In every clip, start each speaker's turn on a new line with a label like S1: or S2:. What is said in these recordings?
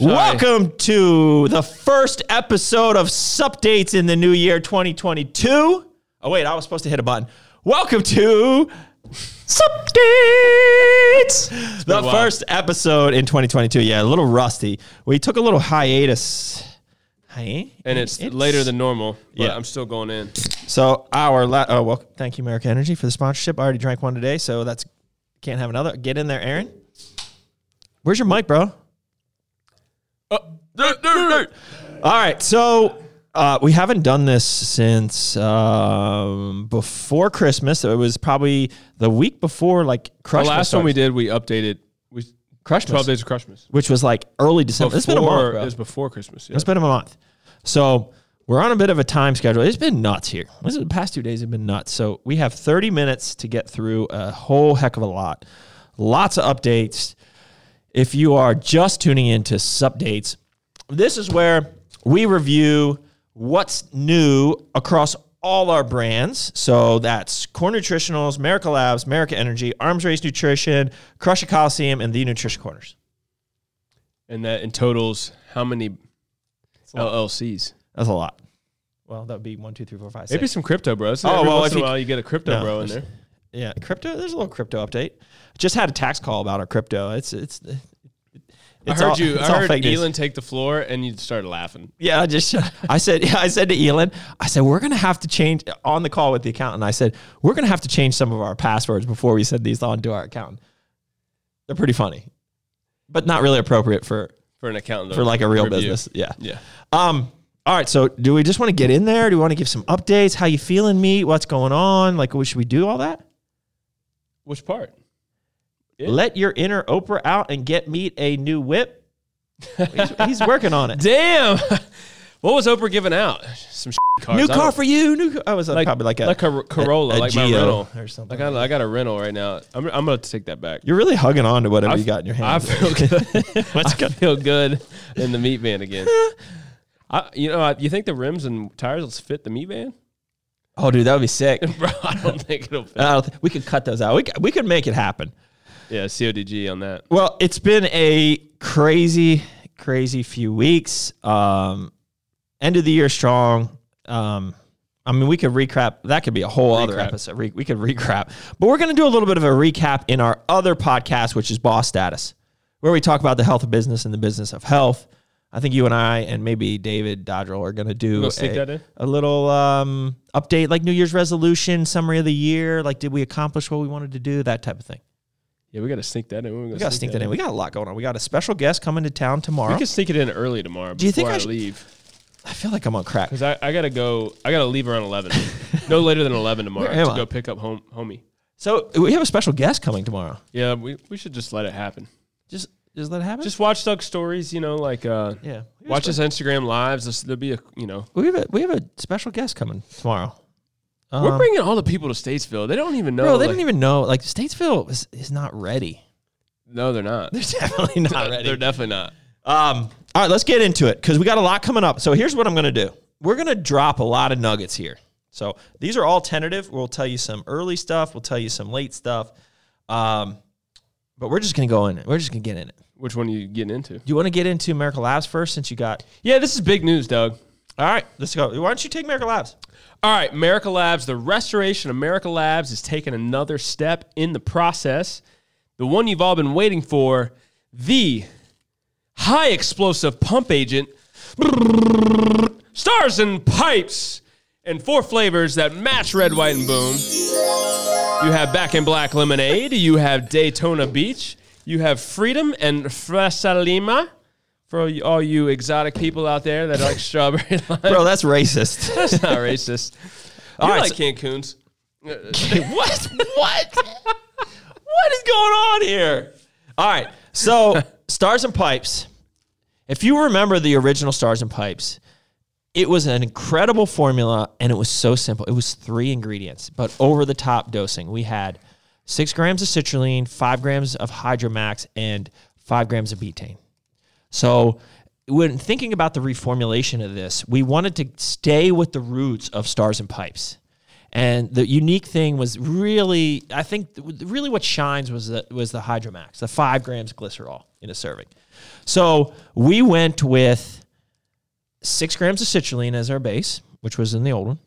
S1: Welcome to the first episode of Supdates in the New Year 2022. Oh, wait, I was supposed to hit a button. Welcome to Supdates, the
S2: a while.
S1: first episode in 2022. Yeah, a little rusty. We took a little hiatus. Hi-
S2: And it's, later than normal, but
S1: Yeah.
S2: I'm still going in.
S1: So our la- oh well, thank you America Energy for the sponsorship. I already drank one today, so that's can't have another. Get in there, Aaron. Where's your mic, bro? Uh, All right, so uh, we haven't done this since um, before Christmas. It was probably the week before, like
S2: The
S1: Crush.
S2: last one we did, we updated. We
S1: Crush,
S2: 12 days of Christmas.
S1: which was like early December. it's been a month.
S2: Before-
S1: bro.
S2: It was before Christmas. Yeah.
S1: It's been a month. So we're on a bit of a time schedule. It's been nuts here. This is, the past two days have been nuts. So we have 30 minutes to get through a whole heck of a lot. Lots of updates. If you are just tuning in to Supdates, this is where we review what's new across all our brands. So that's Core Nutritionals, America Labs, America Energy, Arms Race Nutrition, Crush Coliseum, and The Nutrition Corners.
S2: and that in totals, how many LLCs?
S1: That's a lot. Well, that would be one, two, three, four, five, six.
S2: Maybe some crypto, bro.
S1: Oh,
S2: oh, every
S1: well, if
S2: once in a
S1: you-
S2: while you get a crypto
S1: No,
S2: bro in there.
S1: there's- Yeah, crypto. There's a little crypto update. Just had a tax call about our crypto. It's it's. it's
S2: I heard
S1: all-
S2: you.
S1: it's
S2: I
S1: all
S2: heard
S1: fake news.
S2: Elon take the floor, and you started laughing.
S1: Yeah, I just. I said. I said to Elon. I said we're gonna have to change on the call with the accountant. I said we're gonna have to change some of our passwords before we send these on to our accountant. They're pretty funny, but not really appropriate for
S2: for an accountant
S1: for like a real
S2: review.
S1: business. Yeah.
S2: Yeah.
S1: Um. All right. So, do we just want to get in there? Do we want to give some updates? How you feeling, meat? What's going on? Like, what should we do? All that.
S2: Which part? Yeah.
S1: Let your inner Oprah out and get meat a new whip. He's, he's working on it.
S2: Damn. what was Oprah giving out? Some cars.
S1: New car for you. New. Car. I was uh,
S2: like,
S1: probably like a,
S2: like a Corolla,
S1: a
S2: like my
S1: Geo
S2: rental
S1: or something.
S2: Like I, I got a rental right now. I'm, I'm gonna take that back.
S1: You're really hugging on to whatever you got in your
S2: I
S1: hand.
S2: feel good.
S1: What's
S2: I feel good in the meat van again. I, you know, I, you think the rims and tires will fit the meat van,
S1: oh, dude, that would be sick.
S2: bro? I don't think it'll fit.
S1: I don't thi- we could cut those out. We could, we could make it happen.
S2: Yeah, CODG on that.
S1: Well, it's been a crazy, crazy few weeks. Um, end of the year strong. Um, I mean, we could recap. That could be a whole other
S2: Recap.
S1: episode. Re- we could recap, but we're going to do a little bit of a recap in our other podcast, which is Boss Status, where we talk about the health of business and the business of health. I think you and I and maybe David Dodrell are going to do
S2: gonna sneak that
S1: a,
S2: in?
S1: a little um, update, like New Year's resolution, summary of the year, like did we accomplish what we wanted to do, that type of thing.
S2: Yeah, we gotta sneak that in.
S1: We got to sneak that in. We got a lot going on. We got a special guest coming to town tomorrow.
S2: We can sneak it in early tomorrow.
S1: Do you think
S2: before
S1: I
S2: I,
S1: should-
S2: leave?
S1: I feel like I'm on crack.
S2: Because I, I gotta go. I gotta leave around eleven. no later than eleven tomorrow
S1: Where am
S2: to
S1: I?
S2: go pick up home, homie.
S1: So we have a special guest coming tomorrow.
S2: Yeah, we, we should just let it happen.
S1: Just just let it happen.
S2: Just watch Doug's stories. You know, like uh,
S1: yeah. We have a
S2: watch
S1: spe-
S2: his Instagram lives. This- There'll be a you know
S1: We have a we have a special guest coming tomorrow.
S2: We're
S1: Um,
S2: bringing all the people to Statesville. They don't even know.
S1: bro, they
S2: like-
S1: don't even know. Like Statesville is, is not ready.
S2: No, they're not.
S1: They're definitely not ready.
S2: They're definitely not.
S1: Um, all right, let's get into it because we got a lot coming up. So here's what I'm going to do. We're going to drop a lot of nuggets here. So these are all tentative. We'll tell you some early stuff. We'll tell you some late stuff. Um, but we're just going to go in it. We're just going to get in it.
S2: Which one are you getting into?
S1: Do you want to get into Miracle Labs first since you got?
S2: Yeah, this is big news, Doug.
S1: All right, let's go. Why don't you take Miracle Labs?
S2: All right, America Labs, the restoration of America Labs is taking another step in the process. The one you've all been waiting for, the high explosive pump agent, stars and pipes, and four flavors that match red, white, and boom. You have Back in Black Lemonade, you have Daytona Beach, you have Freedom and Fresalima. For all you exotic people out there that like strawberry lime.
S1: Bro, that's racist.
S2: That's not racist. You
S1: right,
S2: like
S1: so-
S2: Cancun's.
S1: what? What? what is going on here? All right. So, Stars and Pipes. If you remember the original Stars and Pipes, it was an incredible formula and it was so simple. It was three ingredients, but over the top dosing. We had six grams of citrulline, five grams of Hydromax, and five grams of betaine. So, when thinking about the reformulation of this, we wanted to stay with the roots of Stars and Pipes And the unique thing was really, I think, really what shines was the, was the Hydromax, the five grams glycerol in a serving. So we went with six grams of citrulline as our base, which was in the old one.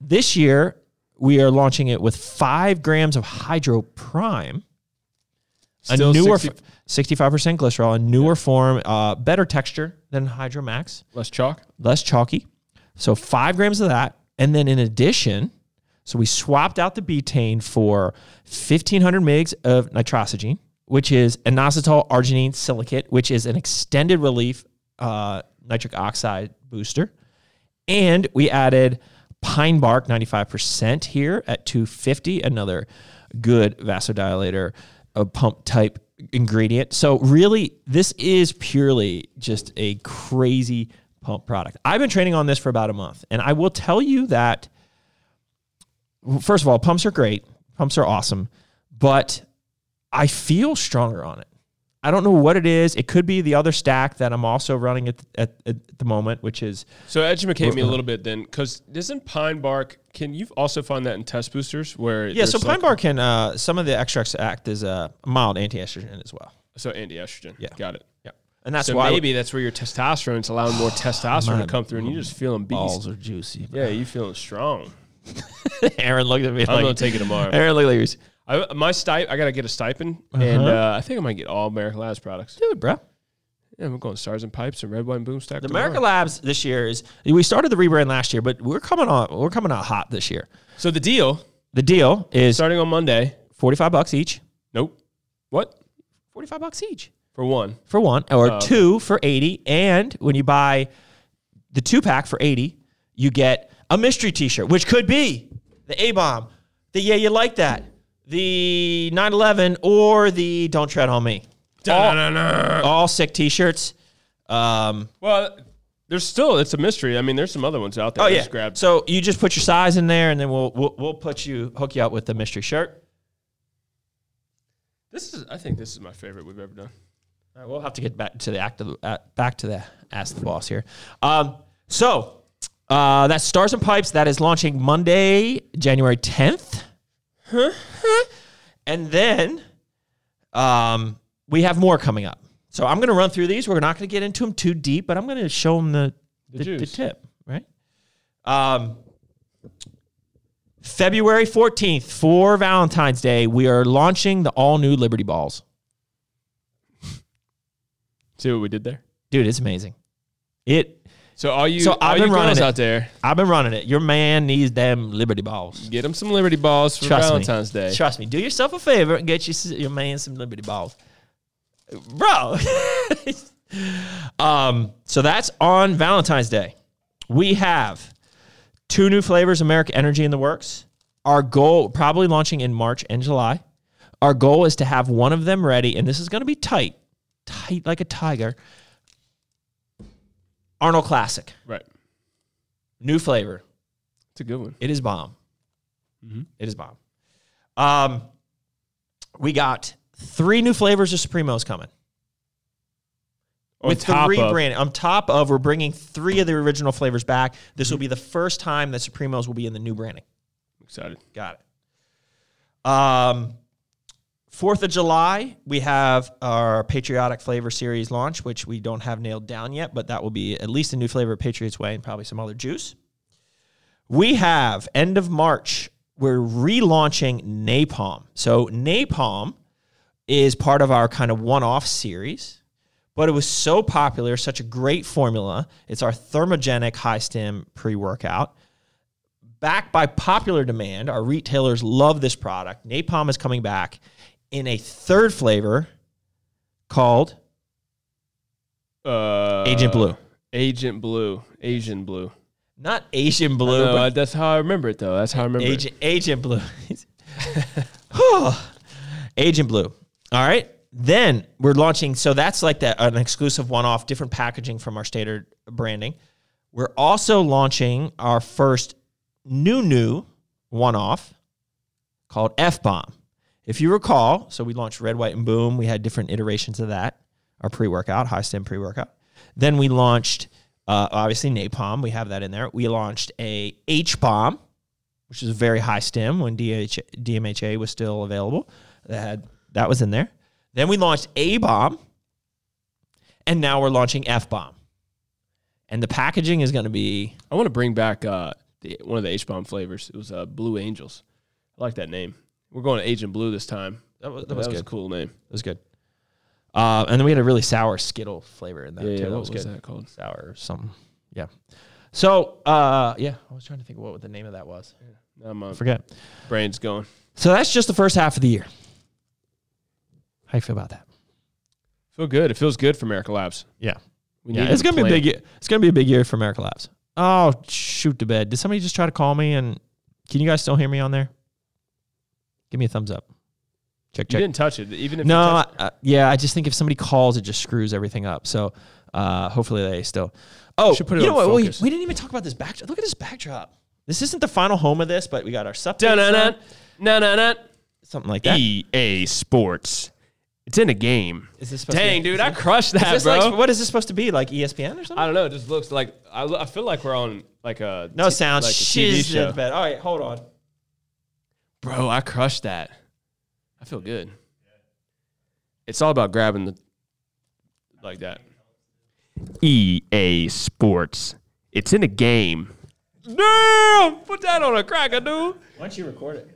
S1: This year, we are launching it with five grams of Hydro Prime, a
S2: Still
S1: newer,
S2: 60
S1: sixty-five percent glycerol, a newer form, uh, better texture than Hydro Max,
S2: less chalk.
S1: less chalky. So five grams of that, and then in addition, so we swapped out the betaine for fifteen hundred mgs of nitrosogen, which is inositol arginine silicate, which is an extended relief uh, nitric oxide booster, and we added pine bark 95% here at 250, another good vasodilator uh, pump type ingredient. So, really, this is purely just a crazy pump product. I've been training on this for about a month, and I will tell you that first of all, pumps are great. Pumps are awesome, but I feel stronger on it. I don't know what it is. It could be the other stack that I'm also running at, at, at the moment, which is
S2: So educate me a little bit then, because doesn't pine bark? Can you also find that in test boosters where?
S1: Yeah, so
S2: there's
S1: pine
S2: like-
S1: bark can uh, some of the extracts act as a mild anti-estrogen as well.
S2: So anti-estrogen.
S1: Yeah.
S2: got it.
S1: Yeah, and that's
S2: so
S1: why
S2: maybe that's where your testosterone's allowing more testosterone to come through, and you're just feeling beast.
S1: are juicy.
S2: Yeah, you feeling strong.
S1: Aaron looked at me
S2: I'm
S1: like
S2: gonna take it tomorrow.
S1: Aaron looked like he was,
S2: I, my stip, I gotta get a stipend, and uh, I think I might get all American Labs products.
S1: dude, bro.
S2: Yeah, we're going stars and pipes and red wine boom stack.
S1: The
S2: tomorrow.
S1: America Labs this year is we started the rebrand last year, but we're coming on we're coming out hot this year.
S2: So the deal
S1: The deal is
S2: starting on Monday.
S1: forty five bucks each.
S2: Nope. What
S1: Forty five bucks each
S2: for one?
S1: for one, or two for eighty, and when you buy the two pack for eighty, you get a mystery T-shirt, which could be the A bomb, the Yeah You Like That, the 9/11, or the Don't Tread on Me.
S2: Da-da-da-da.
S1: All sick T-shirts. Um,
S2: Well, there's still it's a mystery. I mean, there's some other ones out there.
S1: oh
S2: I
S1: yeah,
S2: Just grabbed.
S1: so you just put your size in there, and then we'll we'll, we'll put you hook you up with the mystery shirt.
S2: This is. I think this is my favorite we've ever done.
S1: All right, we'll have to get back to the act of the, uh, back to the ask the boss here. Um, so uh, that's Stars and Pipes. That is launching Monday, January tenth, and then um, we have more coming up. So I'm going to run through these. We're not going to get into them too deep, but I'm going to show them the the, the
S2: juice.
S1: tip, right? Um, February 14th for Valentine's Day, we are launching the all new Liberty Balls.
S2: See what we did there.
S1: Dude, it's amazing. It
S2: So all you,
S1: So
S2: all
S1: I've
S2: you
S1: been running
S2: girls
S1: it.
S2: out there,
S1: I've been running it. Your man needs them Liberty balls.
S2: get him some Liberty balls for
S1: Trust me.
S2: Valentine's Day.
S1: Trust me. Do yourself a favor and get your, your man some Liberty balls. Bro. um, so that's on Valentine's Day. We have two new flavors, America Energy in the works. Our goal, probably launching in March and July. Our goal is to have one of them ready, and this is going to be tight, tight like a tiger. Arnold Classic,
S2: Right.
S1: new flavor.
S2: It's a good one.
S1: It is bomb.
S2: Mm-hmm.
S1: It is bomb. Um, we got three new flavors of Supremos coming
S2: On
S1: with
S2: top
S1: the
S2: of-
S1: rebranding. On top of, we're bringing three of the original flavors back. This will be the first time that Supremos will be in the new branding.
S2: excited.
S1: Got it. Um, Fourth of July, we have our patriotic flavor series launch, which we don't have nailed down yet, but that will be at least a new flavor of Patriots Way and probably some other juice. We have end of March, we're relaunching Napalm. So Napalm is part of our kind of one-off series, but it was so popular, such a great formula. It's our thermogenic high stem pre-workout backed by popular demand. Our retailers love this product. Napalm is coming back in a third flavor called
S2: Uh,
S1: Agent Blue.
S2: Agent Blue. Asian Blue.
S1: Not Asian Blue,
S2: No,
S1: but
S2: that's how I remember it though. That's how I remember it.
S1: Agent, Agent Blue. Whew. Agent Blue. All right. Then we're launching. So that's like that an exclusive one-off, different packaging from our standard branding. We're also launching our first new new one-off called F Bomb. If you recall, so we launched Red, White, and Boom. We had different iterations of that. Our pre-workout, high stem pre-workout. Then we launched, uh, obviously Napalm. We have that in there. We launched a H Bomb, which is a very high stem when DH, DMHA was still available. That had that was in there. Then we launched A bomb, and now we're launching F bomb. And the packaging is going to be
S2: I want to bring back uh, the, one of the H bomb flavors. It was uh, Blue Angels. I like that name. We're going to Agent Blue this time.
S1: that was,
S2: That was, a cool name.
S1: It was good. Uh, and then we had a really sour Skittle flavor in that too.
S2: Yeah, yeah,
S1: that
S2: what
S1: was,
S2: was
S1: good.
S2: that called?
S1: Sour or something. Yeah. So uh, yeah, I was trying to think what the name of that was.
S2: Now my
S1: I forget.
S2: brain's going.
S1: So that's just the first half of the year. How you feel about that?
S2: Feel good. It feels good for America Labs.
S1: Yeah.
S2: We
S1: yeah
S2: needed
S1: it's
S2: a
S1: gonna be a
S2: plan.
S1: big. year- It's gonna be a big year for America Labs. Oh shoot to bed! Did somebody just try to call me? And can you guys still hear me on there? Give me a thumbs up. Check
S2: You
S1: check.
S2: didn't touch it, even if
S1: No,
S2: You touched
S1: I, uh, yeah, I just think if somebody calls, it just screws everything up. So uh, hopefully they still. Oh,
S2: Should put it
S1: you
S2: on
S1: know what? We,
S2: focus.
S1: we didn't even talk about this backdrop. Look at this backdrop. This isn't the final home of this, but we got our sub
S2: Dun-dun-dun. Dun-dun-dun.
S1: something like
S2: E.
S1: that. Is
S2: EA Sports. It's in a game.
S1: this supposed to
S2: Dang,
S1: be-
S2: dude,
S1: is
S2: I
S1: this-
S2: crushed
S1: is
S2: that,
S1: this
S2: bro.
S1: like- what is this supposed to be? Like E ESPN or
S2: I
S1: something?
S2: don't know. It just looks like I, I feel like we're on like a
S1: No sound.
S2: like a TV
S1: Shiz in
S2: show.
S1: the bed. All right, hold on.
S2: Bro, I crushed that. I feel good. It's all about grabbing the like that. EA Sports. It's in a game. Damn! Put that on a cracker, dude.
S1: Why don't you record it?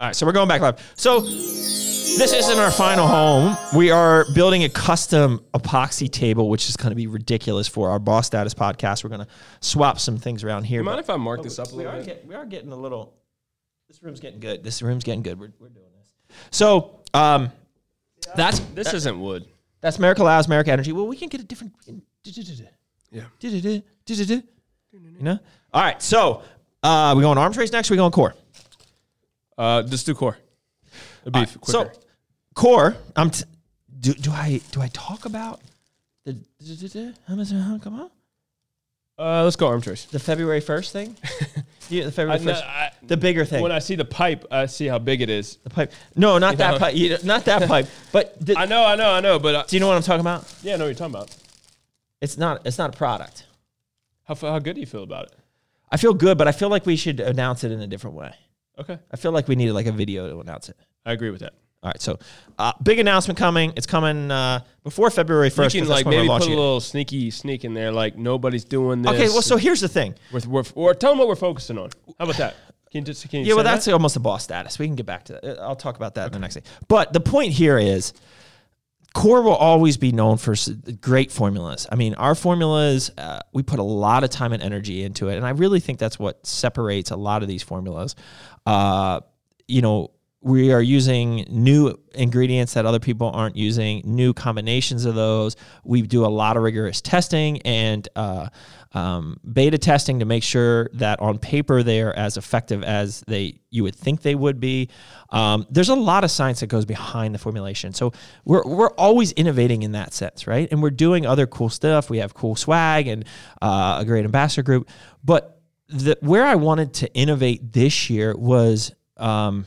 S1: All right, so we're going back live. So this isn't our final home. We are building a custom epoxy table, which is going to be ridiculous for our boss status podcast. We're going to swap some things around here.
S2: You mind if I mark this
S1: but
S2: up a
S1: we
S2: little
S1: are
S2: bit?
S1: get- we are getting a little. This room's getting good. This room's getting good. We're, we're doing this. So um, that's
S2: This isn't wood.
S1: that's America Labs, America Energy. Well, we can get a different.
S2: Yeah.
S1: You know. All right, so uh, we going arms race next. We going core.
S2: Uh, just do core. Uh, It'll be
S1: All right, So, core. I'm. T- do do I do I talk about the how much- how- come on
S2: uh, let's go arm trace.
S1: the February first thing? yeah, the
S2: I,
S1: February
S2: no,
S1: first.
S2: I,
S1: The bigger thing.
S2: when I see the pipe, I see how big it is.
S1: the pipe. No, not that
S2: know.
S1: pipe. You know, Not that pipe. But the,
S2: I know, I know, I know, but uh
S1: do you know what I'm talking about?
S2: yeah, I know what you're talking about.
S1: It's not. It's not a product.
S2: How, f- how good do you feel about it?
S1: I feel good, but I feel like we should announce it in a different way.
S2: Okay,
S1: I feel like we needed like a video to announce it.
S2: I agree with that.
S1: All right, so uh, big announcement coming. It's coming uh, before February first.
S2: you can like maybe put a little sneaky sneak in there, like nobody's doing this.
S1: Okay, well, so here's the thing.
S2: we're, we're, or tell them what we're focusing on. How about that? Can you just can you
S1: Yeah, well,
S2: say
S1: that's
S2: that?
S1: almost a boss status. We can get back to that. Uh, I'll talk about that in the next thing. But the point here is, Core will always be known for s- great formulas. I mean, our formulas, uh, we put a lot of time and energy into it, and I really think that's what separates a lot of these formulas. Uh, you know, we are using new ingredients that other people aren't using, new combinations of those. We do a lot of rigorous testing and uh, um, beta testing to make sure that on paper they are as effective as they you would think they would be. Um, there's a lot of science that goes behind the formulation, so we're we're always innovating in that sense, right? And we're doing other cool stuff. We have cool swag and uh, a great ambassador group, but the, where I wanted to innovate this year was. Um,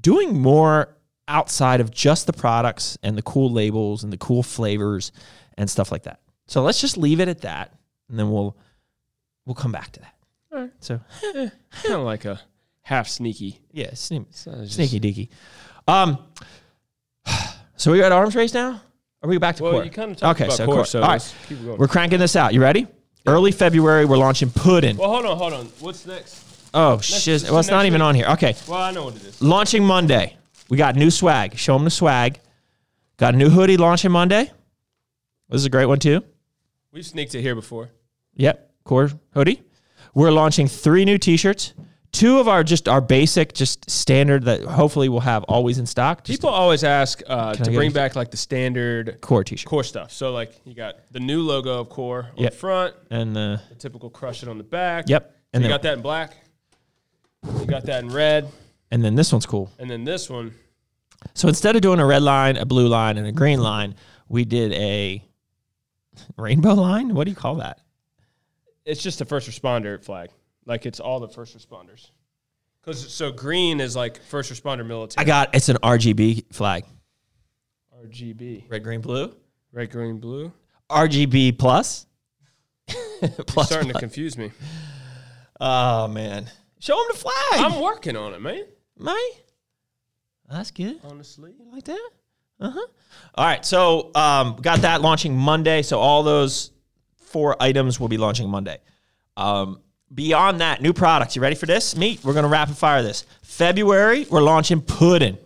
S1: doing more outside of just the products and the cool labels and the cool flavors and stuff like that. So let's just leave it at that, and then we'll we'll come back to that.
S2: All right.
S1: So
S2: kind of like a half sneaky.
S1: yeah, sneaky,
S2: So it's just-
S1: sneaky deaky. Um, so we got arms race now. Are we back to
S2: Well,
S1: core?
S2: you kind of talked
S1: okay,
S2: about
S1: so
S2: core,
S1: core.
S2: so
S1: All
S2: let's
S1: right,
S2: keep going.
S1: we're cranking this out. You ready? Early February, we're launching pudding.
S2: Well, hold on, hold on. What's next?
S1: oh shiz!
S2: this
S1: Well,
S2: is
S1: it's not
S2: next
S1: even
S2: week.
S1: on here. Okay,
S2: Well, I know what it is.
S1: launching Monday. We got new swag. Show them the swag. Got a new hoodie launching Monday. This is a great one too.
S2: We've sneaked it here before.
S1: Yep, core hoodie. We're launching three new T-shirts. Two of our just our basic, just standard that hopefully we'll have always in stock. Just
S2: People always ask uh,
S1: I
S2: to
S1: get
S2: bring
S1: a-
S2: back like the standard
S1: core T-shirt
S2: core stuff. So like you got the new logo of core on
S1: Yep.
S2: the front,
S1: and uh,
S2: the typical crush it on the back.
S1: Yep.
S2: And
S1: And
S2: you
S1: then-
S2: got that in black. You got that in red,
S1: and then this one's cool.
S2: and then this one.
S1: So instead of doing a red line, a blue line, and a green line, we did a rainbow line. What do you call that?
S2: It's just the first responder flag. Like it's all the first responders. Cause so green is like first responder
S1: I
S2: military.
S1: got it's an RGB flag.
S2: RGB.
S1: Red, green, blue.
S2: Red, green, blue.
S1: RGB plus.
S2: You're
S1: plus
S2: starting to confuse me.
S1: Oh man, Show him the flag,
S2: I'm working on it, man.
S1: mate. That's good.
S2: Honestly.
S1: like that. Uh huh. All right. So um, got that launching Monday. So all those four items will be launching Monday. Um, beyond that, new products. You ready for this? Meet. We're gonna rapid fire this. February, we're launching pudding.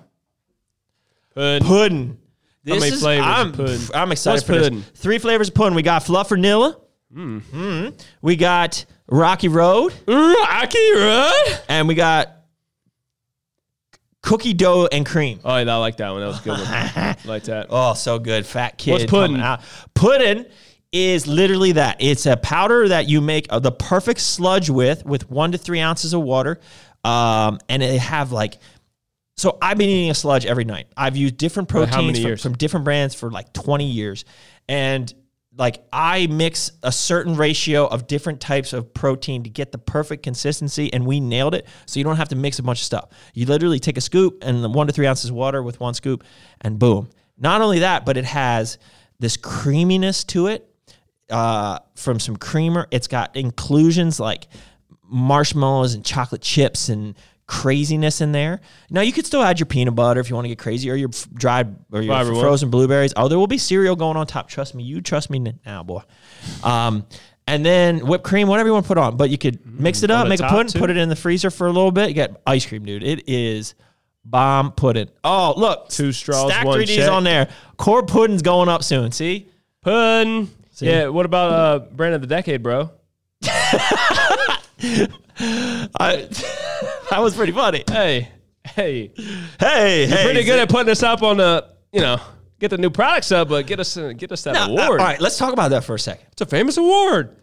S2: Pudding.
S1: Pudding. This
S2: many flavors of
S1: I'm,
S2: pudding?
S1: I'm excited
S2: What's
S1: for
S2: pudding?
S1: this. Three flavors of pudding. We got fluffernulla. Mm.
S2: Mm-hmm.
S1: We got Rocky Road,
S2: Rocky Road.
S1: and we got cookie dough and cream.
S2: Oh, yeah, I like that one. That was a good one. like that.
S1: Oh, so good. Fat kid.
S2: What's pudding?
S1: coming Out. Pudding is literally that. It's a powder that you make of the perfect sludge with, with one to three ounces of water. Um, and they have like, so I've been eating a sludge every night. I've used different
S2: how many
S1: proteins from,
S2: years?
S1: from different brands for like 20 years. And like I mix a certain ratio of different types of protein to get the perfect consistency, and we nailed it. So you don't have to mix a bunch of stuff. You literally take a scoop and the one to three ounces of water with one scoop, and boom. Not only that, but it has this creaminess to it uh, from some creamer. It's got inclusions like marshmallows and chocolate chips and craziness in there. Now you could still add your peanut butter if you want to get crazy, or your f- dried or your
S2: Fiber one.
S1: frozen blueberries. Oh, there will be cereal going on top. Trust me, you trust me n- now, boy. Um, and then whipped cream, whatever you want to put on, but you could mix it up,
S2: Mm-hmm. the
S1: make a
S2: top,
S1: pudding,
S2: too?
S1: put it in the freezer for a little bit. You got ice cream, dude. It is bomb pudding. Oh, look,
S2: Two straws,
S1: stack
S2: one
S1: 3Ds
S2: check.
S1: on there. Core pudding's going up soon. See.
S2: Pudding. Yeah, what about uh, brand of the decade, bro?
S1: I, that was pretty funny.
S2: Hey, hey.
S1: Hey, hey,
S2: Pretty good at putting us up on the, you know, get the new products up, but get us uh, get us that
S1: Uh,
S2: award.
S1: all right, let's talk about that for a second.
S2: It's a famous award.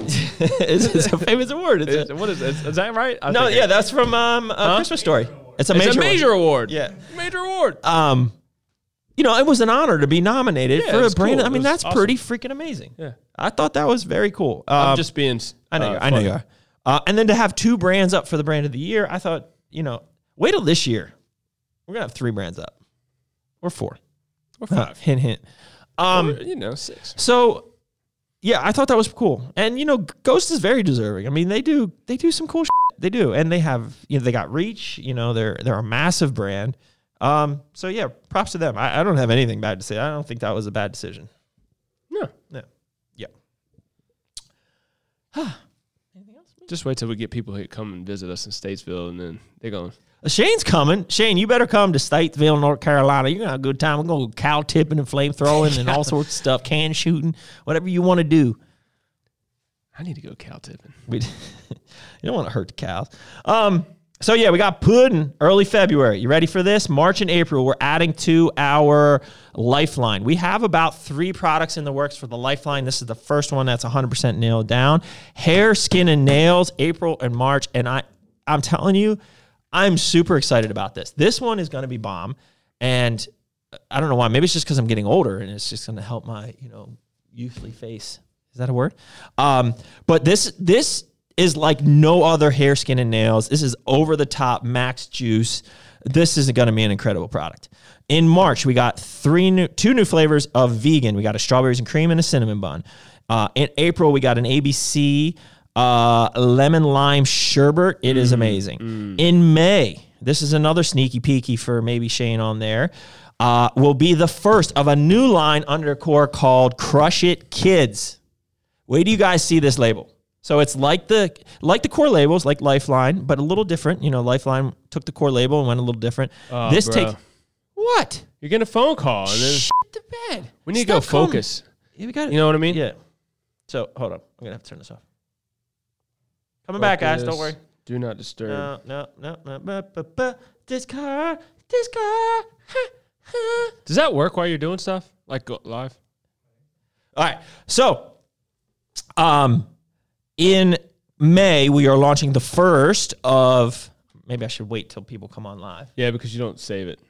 S1: it's, it's a famous award. It's a-
S2: Is- what is is- Is that right? I
S1: no,
S2: think
S1: yeah,
S2: it-
S1: that's from um, a Christmas Story. It's a major,
S2: it's a major
S1: one.
S2: award.
S1: Yeah.
S2: Major award.
S1: Um, you know, it was an honor to be nominated
S2: Yeah,
S1: for
S2: it
S1: a
S2: was
S1: brain.
S2: cool.
S1: I
S2: It
S1: mean,
S2: was
S1: that's
S2: awesome.
S1: pretty freaking amazing.
S2: Yeah.
S1: I thought that was very cool.
S2: I'm
S1: Um,
S2: just being. s-
S1: I know,
S2: uh,
S1: you are. I know
S2: funny.
S1: you are. Uh, and then to have two brands up for the brand of the year, I thought, you know, wait till this year. We're gonna have three brands up, or four, or five. hint, hint. Um,
S2: You know, six.
S1: So, yeah, I thought that was cool. And you know, Ghost is very deserving. I mean, they do they do some cool shit. They do, and they have you know they got reach. You know, they're they're a massive brand. Um, so yeah, props to them. I, I don't have anything bad to say. I don't think that was a bad decision.
S2: No.
S1: No. Yeah.
S2: Just wait till we get people who come and visit us in Statesville, and then they're going.
S1: Uh, Shane's coming. Shane, you better come to Statesville, North Carolina. You're gonna have a good time. We're gonna go cow tipping and flame throwing and all sorts of stuff, can shooting, whatever you want to do.
S2: I need to go cow tipping.
S1: We, you don't want to hurt the cows. Um, so yeah, we got pudding early February. You ready for this? March and April, we're adding to our lifeline. We have about three products in the works for the lifeline. This is the first one that's 100% nailed down. Hair, skin, and nails, April and March. And I, I'm telling you, I'm super excited about this. This one is going to be bomb. And I don't know why. Maybe it's just because I'm getting older and it's just going to help my, you know, youthly face. Is that a word? Um, but this this is like no other hair, skin, and nails. This is over the top max juice. This is going to be an incredible product. In March, we got three new, two new flavors of vegan. We got a strawberries and cream and a cinnamon bun. Uh, in April, we got an ABC uh, lemon lime sherbet. It is amazing. In May, this is another sneaky peeky for maybe Shane on there. Uh, will be the first of a new line under core called Crush It Kids. Where do you guys see this label? So it's like the like the core labels, like Lifeline, but a little different. You know, Lifeline took the core label and went a little different. this
S2: bro.
S1: takes what?
S2: You're getting a phone call, and then
S1: The bed.
S2: we need to
S1: Stop
S2: go
S1: calling-
S2: focus.
S1: Yeah, we got it.
S2: You know what I mean?
S1: Yeah. So hold on, I'm gonna have to turn this off. Coming back, guys. Don't worry.
S2: Focus. Do not disturb.
S1: No, no, no, no. Ba, ba, ba. This car, this car.
S2: Does that work while you're doing stuff like go live?
S1: All right. So, um, in May we are launching the first of. Maybe I should wait till people come on live.
S2: Yeah, because you don't save it.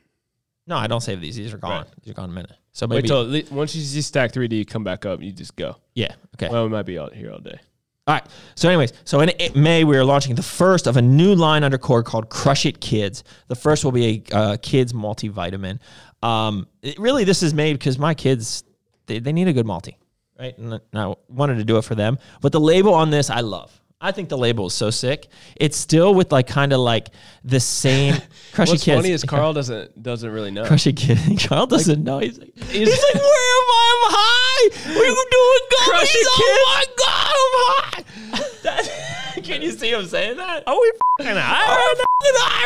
S1: No, I don't save these. These are gone.
S2: Right.
S1: These are gone in a minute. So
S2: Wait
S1: maybe.
S2: till at least, once you see stack 3D, you come back up. You just go.
S1: yeah. Okay.
S2: Well, we might be out here all day.
S1: All right. So, anyways, so in A- May we are launching the first of a new line under Core called Crush It Kids. The first will be a uh, kids multivitamin. Um, it, really, this is made because my kids they, they need a good multi, right? And I wanted to do it for them. But the label on this, I love. I think the label is so sick. It's still with like kind of like the same crushy
S2: What's
S1: kids.
S2: funny is Carl doesn't doesn't really know.
S1: Crushy kid. Carl doesn't know. He's like, he's,
S2: He's-
S1: like, where am I? I'm high. What are you doing,
S2: Crushy
S1: gummies? Oh my god, I'm high.
S2: kid.
S1: That- can you see him saying that?
S2: Are we fucking high right now?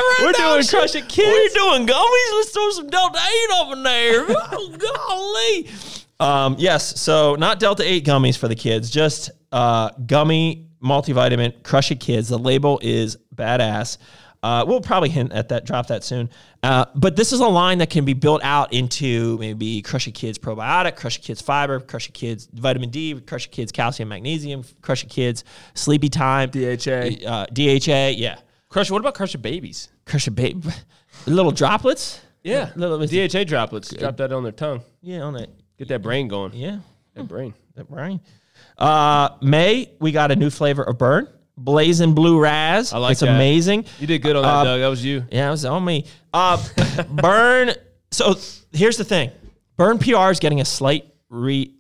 S1: We're
S2: We're doing Crush It Kids.
S1: We're doing gummies. Let's throw some Delta 8 up in there. Oh, golly. Um, yes, so not Delta 8 gummies for the kids, just uh, gummy multivitamin Crush It Kids. The label is badass. Uh, we'll probably hint at that, drop that soon. Uh, but this is a line that can be built out into maybe Crush It Kids probiotic, Crush It Kids fiber, Crush It Kids vitamin D, Crush It Kids calcium, magnesium, Crush It Kids sleepy time,
S2: DHA.
S1: uh, DHA. Yeah.
S2: Crush. What about Crush It Babies?
S1: Crush a babe. Little droplets?
S2: Yeah.
S1: Little bit-
S2: DHA droplets. Drop that on their tongue.
S1: Yeah, on it.
S2: Get that brain going.
S1: Yeah.
S2: That brain.
S1: That brain. Uh, May, we got a new flavor of burn. Blazing Blue Raz. I
S2: like
S1: It's
S2: that.
S1: amazing.
S2: You did good on that,
S1: Uh,
S2: Doug. That was you.
S1: Yeah, it was on me. Uh, burn. So here's the thing Burn PR is getting a slight re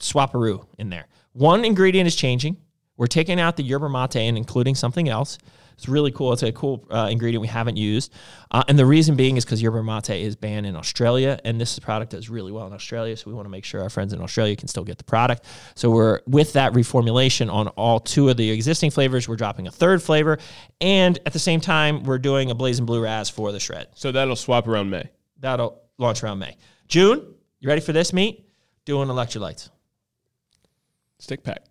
S1: swaparoo in there. One ingredient is changing. We're taking out the yerba mate and including something else. It's really cool. It's a cool uh, ingredient we haven't used. Uh, and the reason being is because yerba mate is banned in Australia, and this product does really well in Australia. So we want to make sure our friends in Australia can still get the product. So we're with that reformulation on all two of the existing flavors. We're dropping a third flavor. And at the same time, we're doing a blazing blue raz for the shred.
S2: So that'll swap around May.
S1: That'll launch around May. June, you ready for this meet? Doing electrolytes.
S2: Stick pack.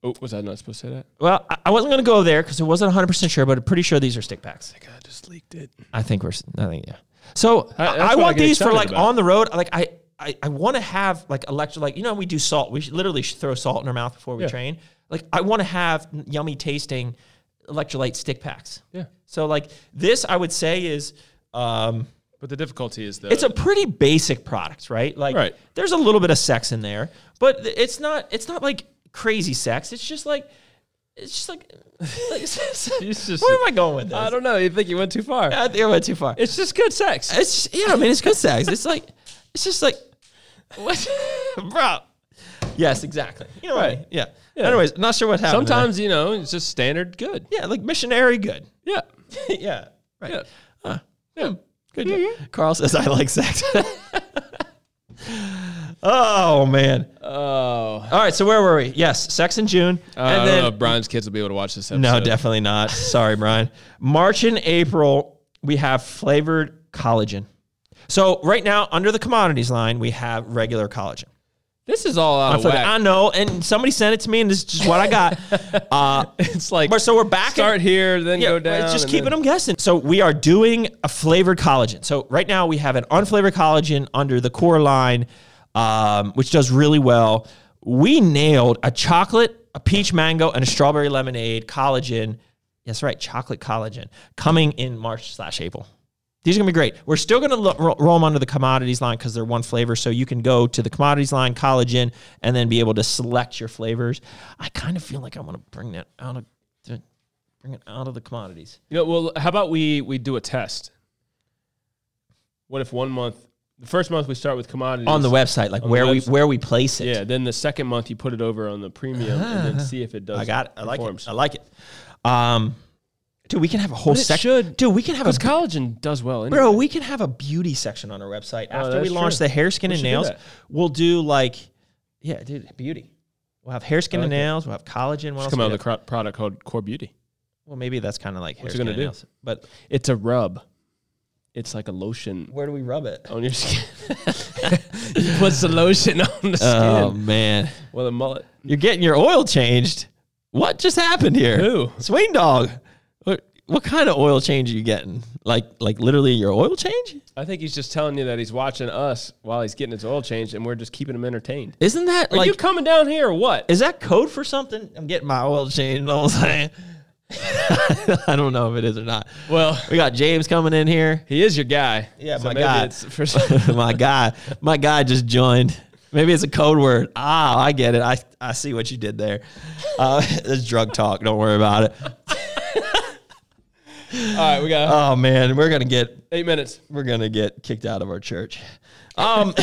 S2: Oh, was I not supposed to say that?
S1: Well, I- I wasn't going to go there because I wasn't 100% sure, but I'm pretty sure these are stick packs.
S2: I think I just leaked it.
S1: I think we're, s- I think, yeah. So I,
S2: I- that's
S1: I
S2: what I
S1: want
S2: get
S1: these for
S2: excited
S1: like
S2: about.
S1: on the road. Like, I, I, I want to have like electrolyte. You know, we do salt. We should literally should throw salt in our mouth before we
S2: Yeah.
S1: train. Like, I want to have yummy tasting electrolyte stick packs.
S2: Yeah.
S1: So, like, this I would say is, um,
S2: But the difficulty is the
S1: it's a pretty basic product, right? Like
S2: Right.
S1: there's a little bit of sex in there, but th- it's not it's not like crazy sex. It's just like it's just like, like,
S2: It's just-
S1: where am I going with this?
S2: I don't know. You think you went too far?
S1: I think I went too far. It's,
S2: It's just good sex.
S1: just, you know, I mean, it's good sex. It's like it's just like what, bro? Yes, exactly. You know what I
S2: Right.
S1: mean? Yeah. Anyways, not sure what happened. there.
S2: Sometimes you know it's just standard good.
S1: yeah, like missionary good.
S2: Yeah.
S1: yeah. Right.
S2: Yeah. Mm-hmm.
S1: Yeah. Good job. Carl says I like sex. oh man.
S2: Oh.
S1: All right, so where were we? Yes, sex in June,
S2: I don't
S1: and then
S2: know if Brian's kids will be able to watch this episode.
S1: no, definitely not. Sorry, Brian. March and April, we have flavored collagen. So right now, under the commodities line, we have regular collagen.
S2: This is all out
S1: I
S2: of
S1: flipped-
S2: whack.
S1: I know, and somebody sent it to me, and this is just what I got. uh,
S2: it's like
S1: but so we're back. in-
S2: start here, then go down.
S1: it's just
S2: and
S1: keeping
S2: then-
S1: them guessing. So we are doing a flavored collagen. So right now we have an unflavored collagen under the core line, um, which does really well. We nailed a chocolate, a peach mango, and a strawberry lemonade collagen. That's right, chocolate collagen coming in March slash April. These are gonna be great. We're still gonna lo- ro- roll them under the commodities line because they're one flavor. So you can go to the commodities line, collagen, and then be able to select your flavors. I kind of feel like I want to bring that out of bring it out of the commodities.
S2: You know, well, how about we we do a test? What if one month, the first month we start with commodities
S1: on the website, like
S2: the
S1: where
S2: website.
S1: we where we place it.
S2: Yeah, then the second month you put it over on the premium and then see if it does.
S1: Ah. I got it. Oh. I like
S2: performs.
S1: it. I like it. Um, dude, we can have a whole
S2: But it
S1: section.
S2: should.
S1: Dude, we can have a
S2: Because collagen does well. Anyway.
S1: bro. We can have a beauty section on our website after we
S2: Oh, that's
S1: launch
S2: true.
S1: the hair, skin, and
S2: should do
S1: nails.
S2: that.
S1: We'll do like, yeah, dude, beauty. We'll have hair, skin, and nails. We'll have collagen. What else?
S2: come
S1: we
S2: out with
S1: got?
S2: a cro- product called Core Beauty.
S1: well, maybe that's kind of like hair,
S2: you
S1: skin,
S2: gonna
S1: and
S2: do?
S1: nails. But
S2: It's a rub. It's like a lotion
S1: where do we rub it?
S2: on your skin. you put the lotion on the
S1: Um.
S2: skin
S1: man,
S2: with a mullet.
S1: you're getting your oil changed. What just happened here?
S2: Who?
S1: Swain Dog. What what kind of oil change are you getting? Like like literally your oil change?
S2: I think he's just telling you that he's watching us while he's getting his oil changed, and we're just keeping him entertained.
S1: Isn't that
S2: Are
S1: like
S2: you coming down here or what?
S1: is that code for something? I'm getting my oil changed. You know what I'm saying? I don't know if it is or not.
S2: Well,
S1: We got James coming in here.
S2: he is your guy.
S1: Yeah,
S2: So
S1: my
S2: maybe
S1: guy.
S2: it's for-
S1: my guy, my guy just joined. Maybe it's a code word. Ah, I get it. I, I see what you did there. Uh, it's drug talk. Don't worry about it.
S2: All right, we got
S1: Oh man, we're gonna get
S2: eight minutes.
S1: we're gonna get kicked out of our church. Um,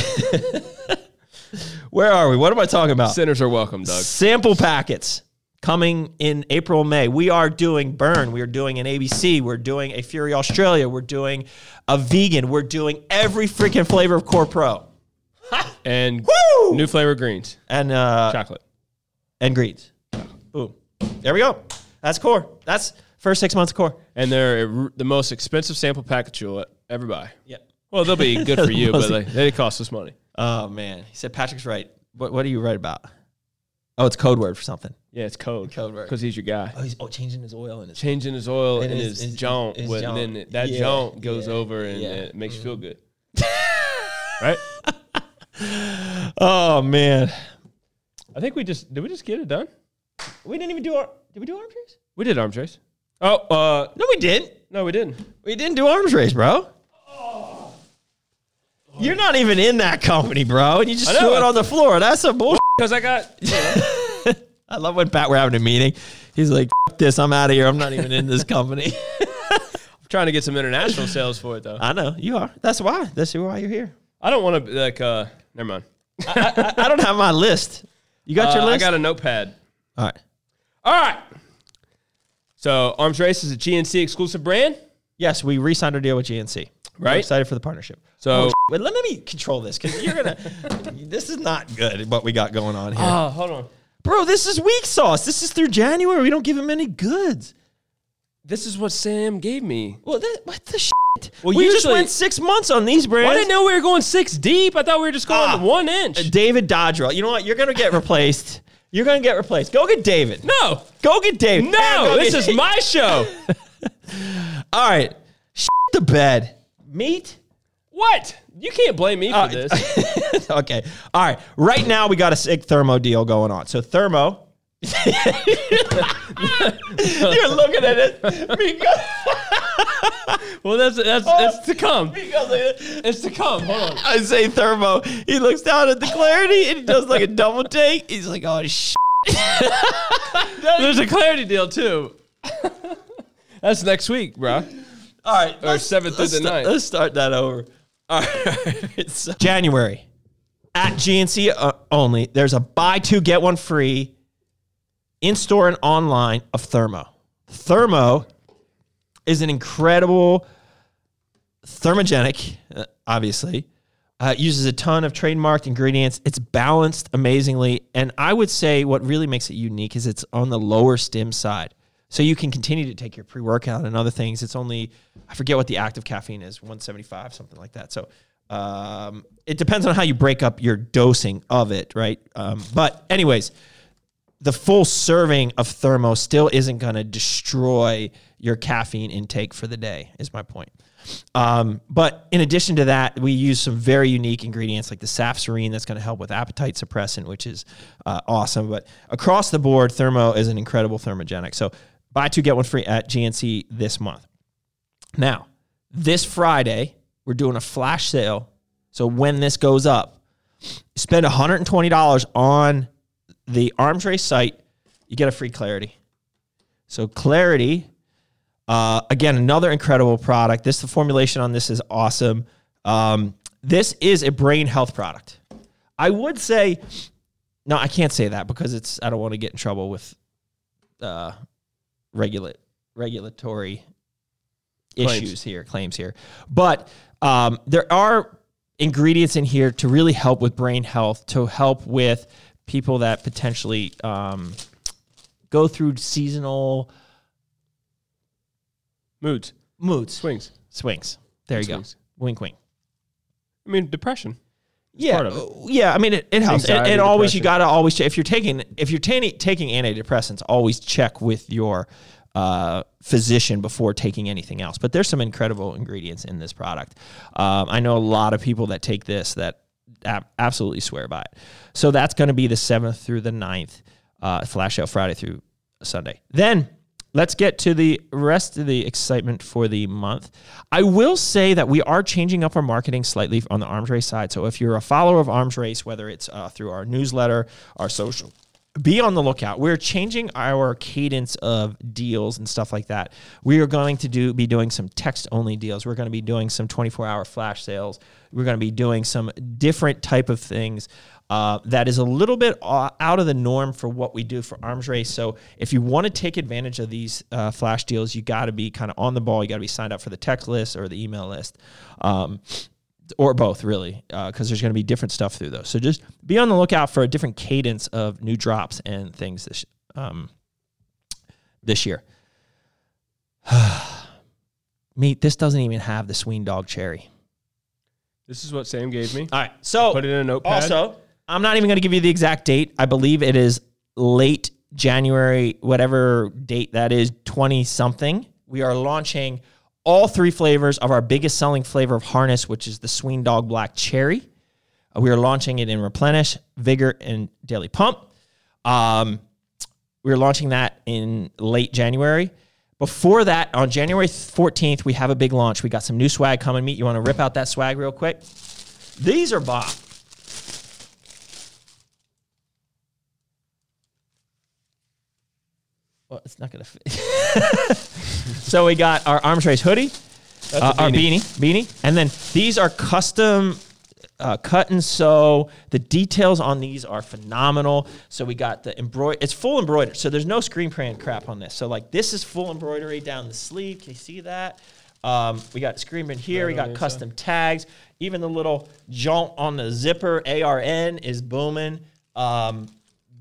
S1: where are we? What am I talking about?
S2: Sinners are welcome, Doug.
S1: Sample packets coming in April, May. We are doing Burn. We are doing an ABC. We're doing a Fury Australia. We're doing a vegan. We're doing every freaking flavor of Core Pro
S2: and
S1: Woo!
S2: new flavor greens,
S1: and uh,
S2: chocolate.
S1: and greens. Boom. There we go. That's core. That's first six months of core.
S2: And they're the most expensive sample pack that you'll e-, ever buy.
S1: Yep.
S2: Well, they'll be good for you, but
S1: Most-
S2: like, they cost us money.
S1: Oh man, he said Patrick's right. What What are you right about? Oh, it's code word for something.
S2: Yeah, it's code.
S1: Code word.
S2: Because he's your guy.
S1: Oh, he's oh changing his oil and his.
S2: Changing his oil
S1: And
S2: and
S1: his-
S2: his,
S1: his-
S2: jaunt,
S1: his
S2: but
S1: jaunt.
S2: then that
S1: Yeah,
S2: jaunt goes
S1: yeah,
S2: over and
S1: yeah. Mm-hmm.
S2: it makes you feel good. right?
S1: Oh man,
S2: I think we just did. We just get it done.
S1: we didn't even do our. Did we do arms race?
S2: We did arms race. Oh, uh,
S1: No, we didn't.
S2: no, we didn't.
S1: We didn't do arms race, bro. Oh. You're not even in that company, bro, and you just
S2: I know.
S1: threw it on the floor. That's some bullshit.
S2: Because I got.
S1: I love when Pat we're having a meeting. He's like, F- "This, I'm out of here. I'm not even in this company."
S2: trying to get some international sales for it though.
S1: I know you are. That's why. That's why you're here.
S2: I don't want to like. uh Never mind.
S1: I, I don't have my list. You got your
S2: Uh, I
S1: list?
S2: got a notepad.
S1: All right.
S2: All right. So Arms Race is a GNC exclusive brand,
S1: Yes, we re-signed our deal with GNC. We're
S2: Right.
S1: excited for the partnership.
S2: so.
S1: Wait, let me control this because you're gonna. this is not good. What we got going on here,
S2: Oh, hold on.
S1: bro? This is weak sauce. This is through January. We don't give him any goods.
S2: This is what Sam gave me.
S1: Well, that, what the shit?
S2: Well,
S1: we just
S2: usually-
S1: went six months on these brands.
S2: I didn't know we were going six deep. I thought we were just going
S1: Ah.
S2: one inch.
S1: David Dodrell. You know what? You're gonna get replaced. You're gonna get replaced. Go get David.
S2: No,
S1: Go get David. And
S2: no,
S1: go
S2: this
S1: get-
S2: is my show.
S1: All right. Shit the bed. Meat.
S2: What? You can't blame me for
S1: Uh,
S2: this.
S1: okay. All right. Right now we got a sick thermo deal going on. So thermo. You're looking at it. Me goes,
S2: Well, that's that's that's Oh, to come.
S1: me goes like this.
S2: It's to come. Hold on.
S1: I say thermo. He looks down at the clarity and he does like a double take. He's like, oh shit.
S2: There's a clarity deal too. that's next week, bro.
S1: All right.
S2: Or seventh through
S1: let's
S2: the
S1: sta-
S2: ninth.
S1: Let's start that over. All right. uh, So- January at GNC uh, only. There's a buy two get one free in store and online of Thermo. Thermo is an incredible thermogenic, uh, obviously. Uh, it uses a ton of trademarked ingredients. It's balanced amazingly. And I would say what really makes it unique is it's on the lower stem side. So you can continue to take your pre workout and other things. It's only, I forget what the active caffeine is, 175, something like that. So um, it depends on how you break up your dosing of it, right? Um, but, anyways, the full serving of thermo still isn't going to destroy your caffeine intake for the day is my point um, but in addition to that we use some very unique ingredients like the safserine that's going to help with appetite suppressant which is uh, awesome but across the board thermo is an incredible thermogenic so buy two get one free at gnc this month now, this Friday, we're doing a flash sale. So when this goes up, spend $120 on the arms race site, you get a free clarity. So clarity, uh, again, another incredible product. This the formulation on this is awesome. Um, this is a brain health product. I would say, no, I can't say that because it's I don't want to get in trouble with uh, regulate regulatory
S2: Claims.
S1: issues here, claims here. But um, there are ingredients in here to really help with brain health, to help with people that potentially um, go through seasonal
S2: Moods,
S1: moods,
S2: swings.
S1: swings. There you go.
S2: Swings.
S1: Wink, wink.
S2: I mean, depression.
S1: Yeah, uh,
S2: part of it.
S1: yeah. I mean, it, it helps. And,
S2: Anxiety,
S1: and always, you
S2: depression.
S1: gotta always check, if you're taking if you're tani- taking antidepressants, always check with your uh, physician before taking anything else. But there's some incredible ingredients in this product. Um, I know a lot of people that take this that ab- absolutely swear by it. So that's going to be the seventh through the 9th, uh, flash out Friday through Sunday. Then let's get to the rest of the excitement for the month. I will say that we are changing up our marketing slightly on the arms race side. So if you're a follower of arms race, whether it's uh, through our newsletter, our social be on the lookout. We're changing our cadence of deals and stuff like that. We are going to do be doing some text only deals. We're going to be doing some 24 hour flash sales. We're going to be doing some different type of things. Uh, that is a little bit o- out of the norm for what we do for arms race. So if you want to take advantage of these uh, flash deals, you got to be kind of on the ball. You got to be signed up for the text list or the email list. Um, or both really because there's going to be different stuff through those so just be on the lookout for a different cadence of new drops and things this um, this year meat this doesn't even have the sween dog cherry
S2: This is what Sam gave me.
S1: all right so
S2: Put it in a notepad.
S1: also i'm not even going to give you the exact date i believe it is late january whatever date that is 20 something we are launching all three flavors of our biggest selling flavor of harness which is the sween dog black cherry Uh, We are launching it in Replenish, Vigor, and Daily Pump. Um, we are launching that in late January. Before that, on January 14th, we have a big launch. We got some new swag coming. Meet you want to rip out that swag real quick? These are Bob. Well, it's not gonna fit. so we got our arms race hoodie, uh, our beanie, beanie, and then these are custom uh, cut and sew. The details on these are phenomenal. So we got the embroidery. It's full embroidery. So there's no screen print crap on this. So like this is full embroidery down the sleeve. Can you see that? Um, we got screen print here. we
S2: on
S1: got
S2: the
S1: custom tags. Even the little jolt on the zipper ARN is booming. Um,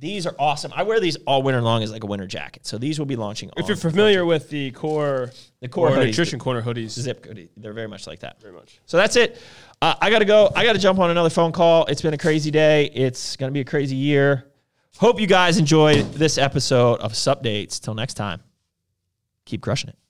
S1: these are awesome. I wear these all winter long as like a winter jacket. So these will be launching.
S2: If
S1: on
S2: you're familiar with the core,
S1: The Oh, core
S2: or
S1: hoodies.
S2: nutrition corner hoodies,
S1: zip code, they're very much like that.
S2: very much.
S1: So that's it. Uh, I gotta go. I gotta jump on another phone call. It's been a crazy day. It's gonna be a crazy year. Hope you guys enjoyed this episode of Supdates. Till next time, keep crushing it.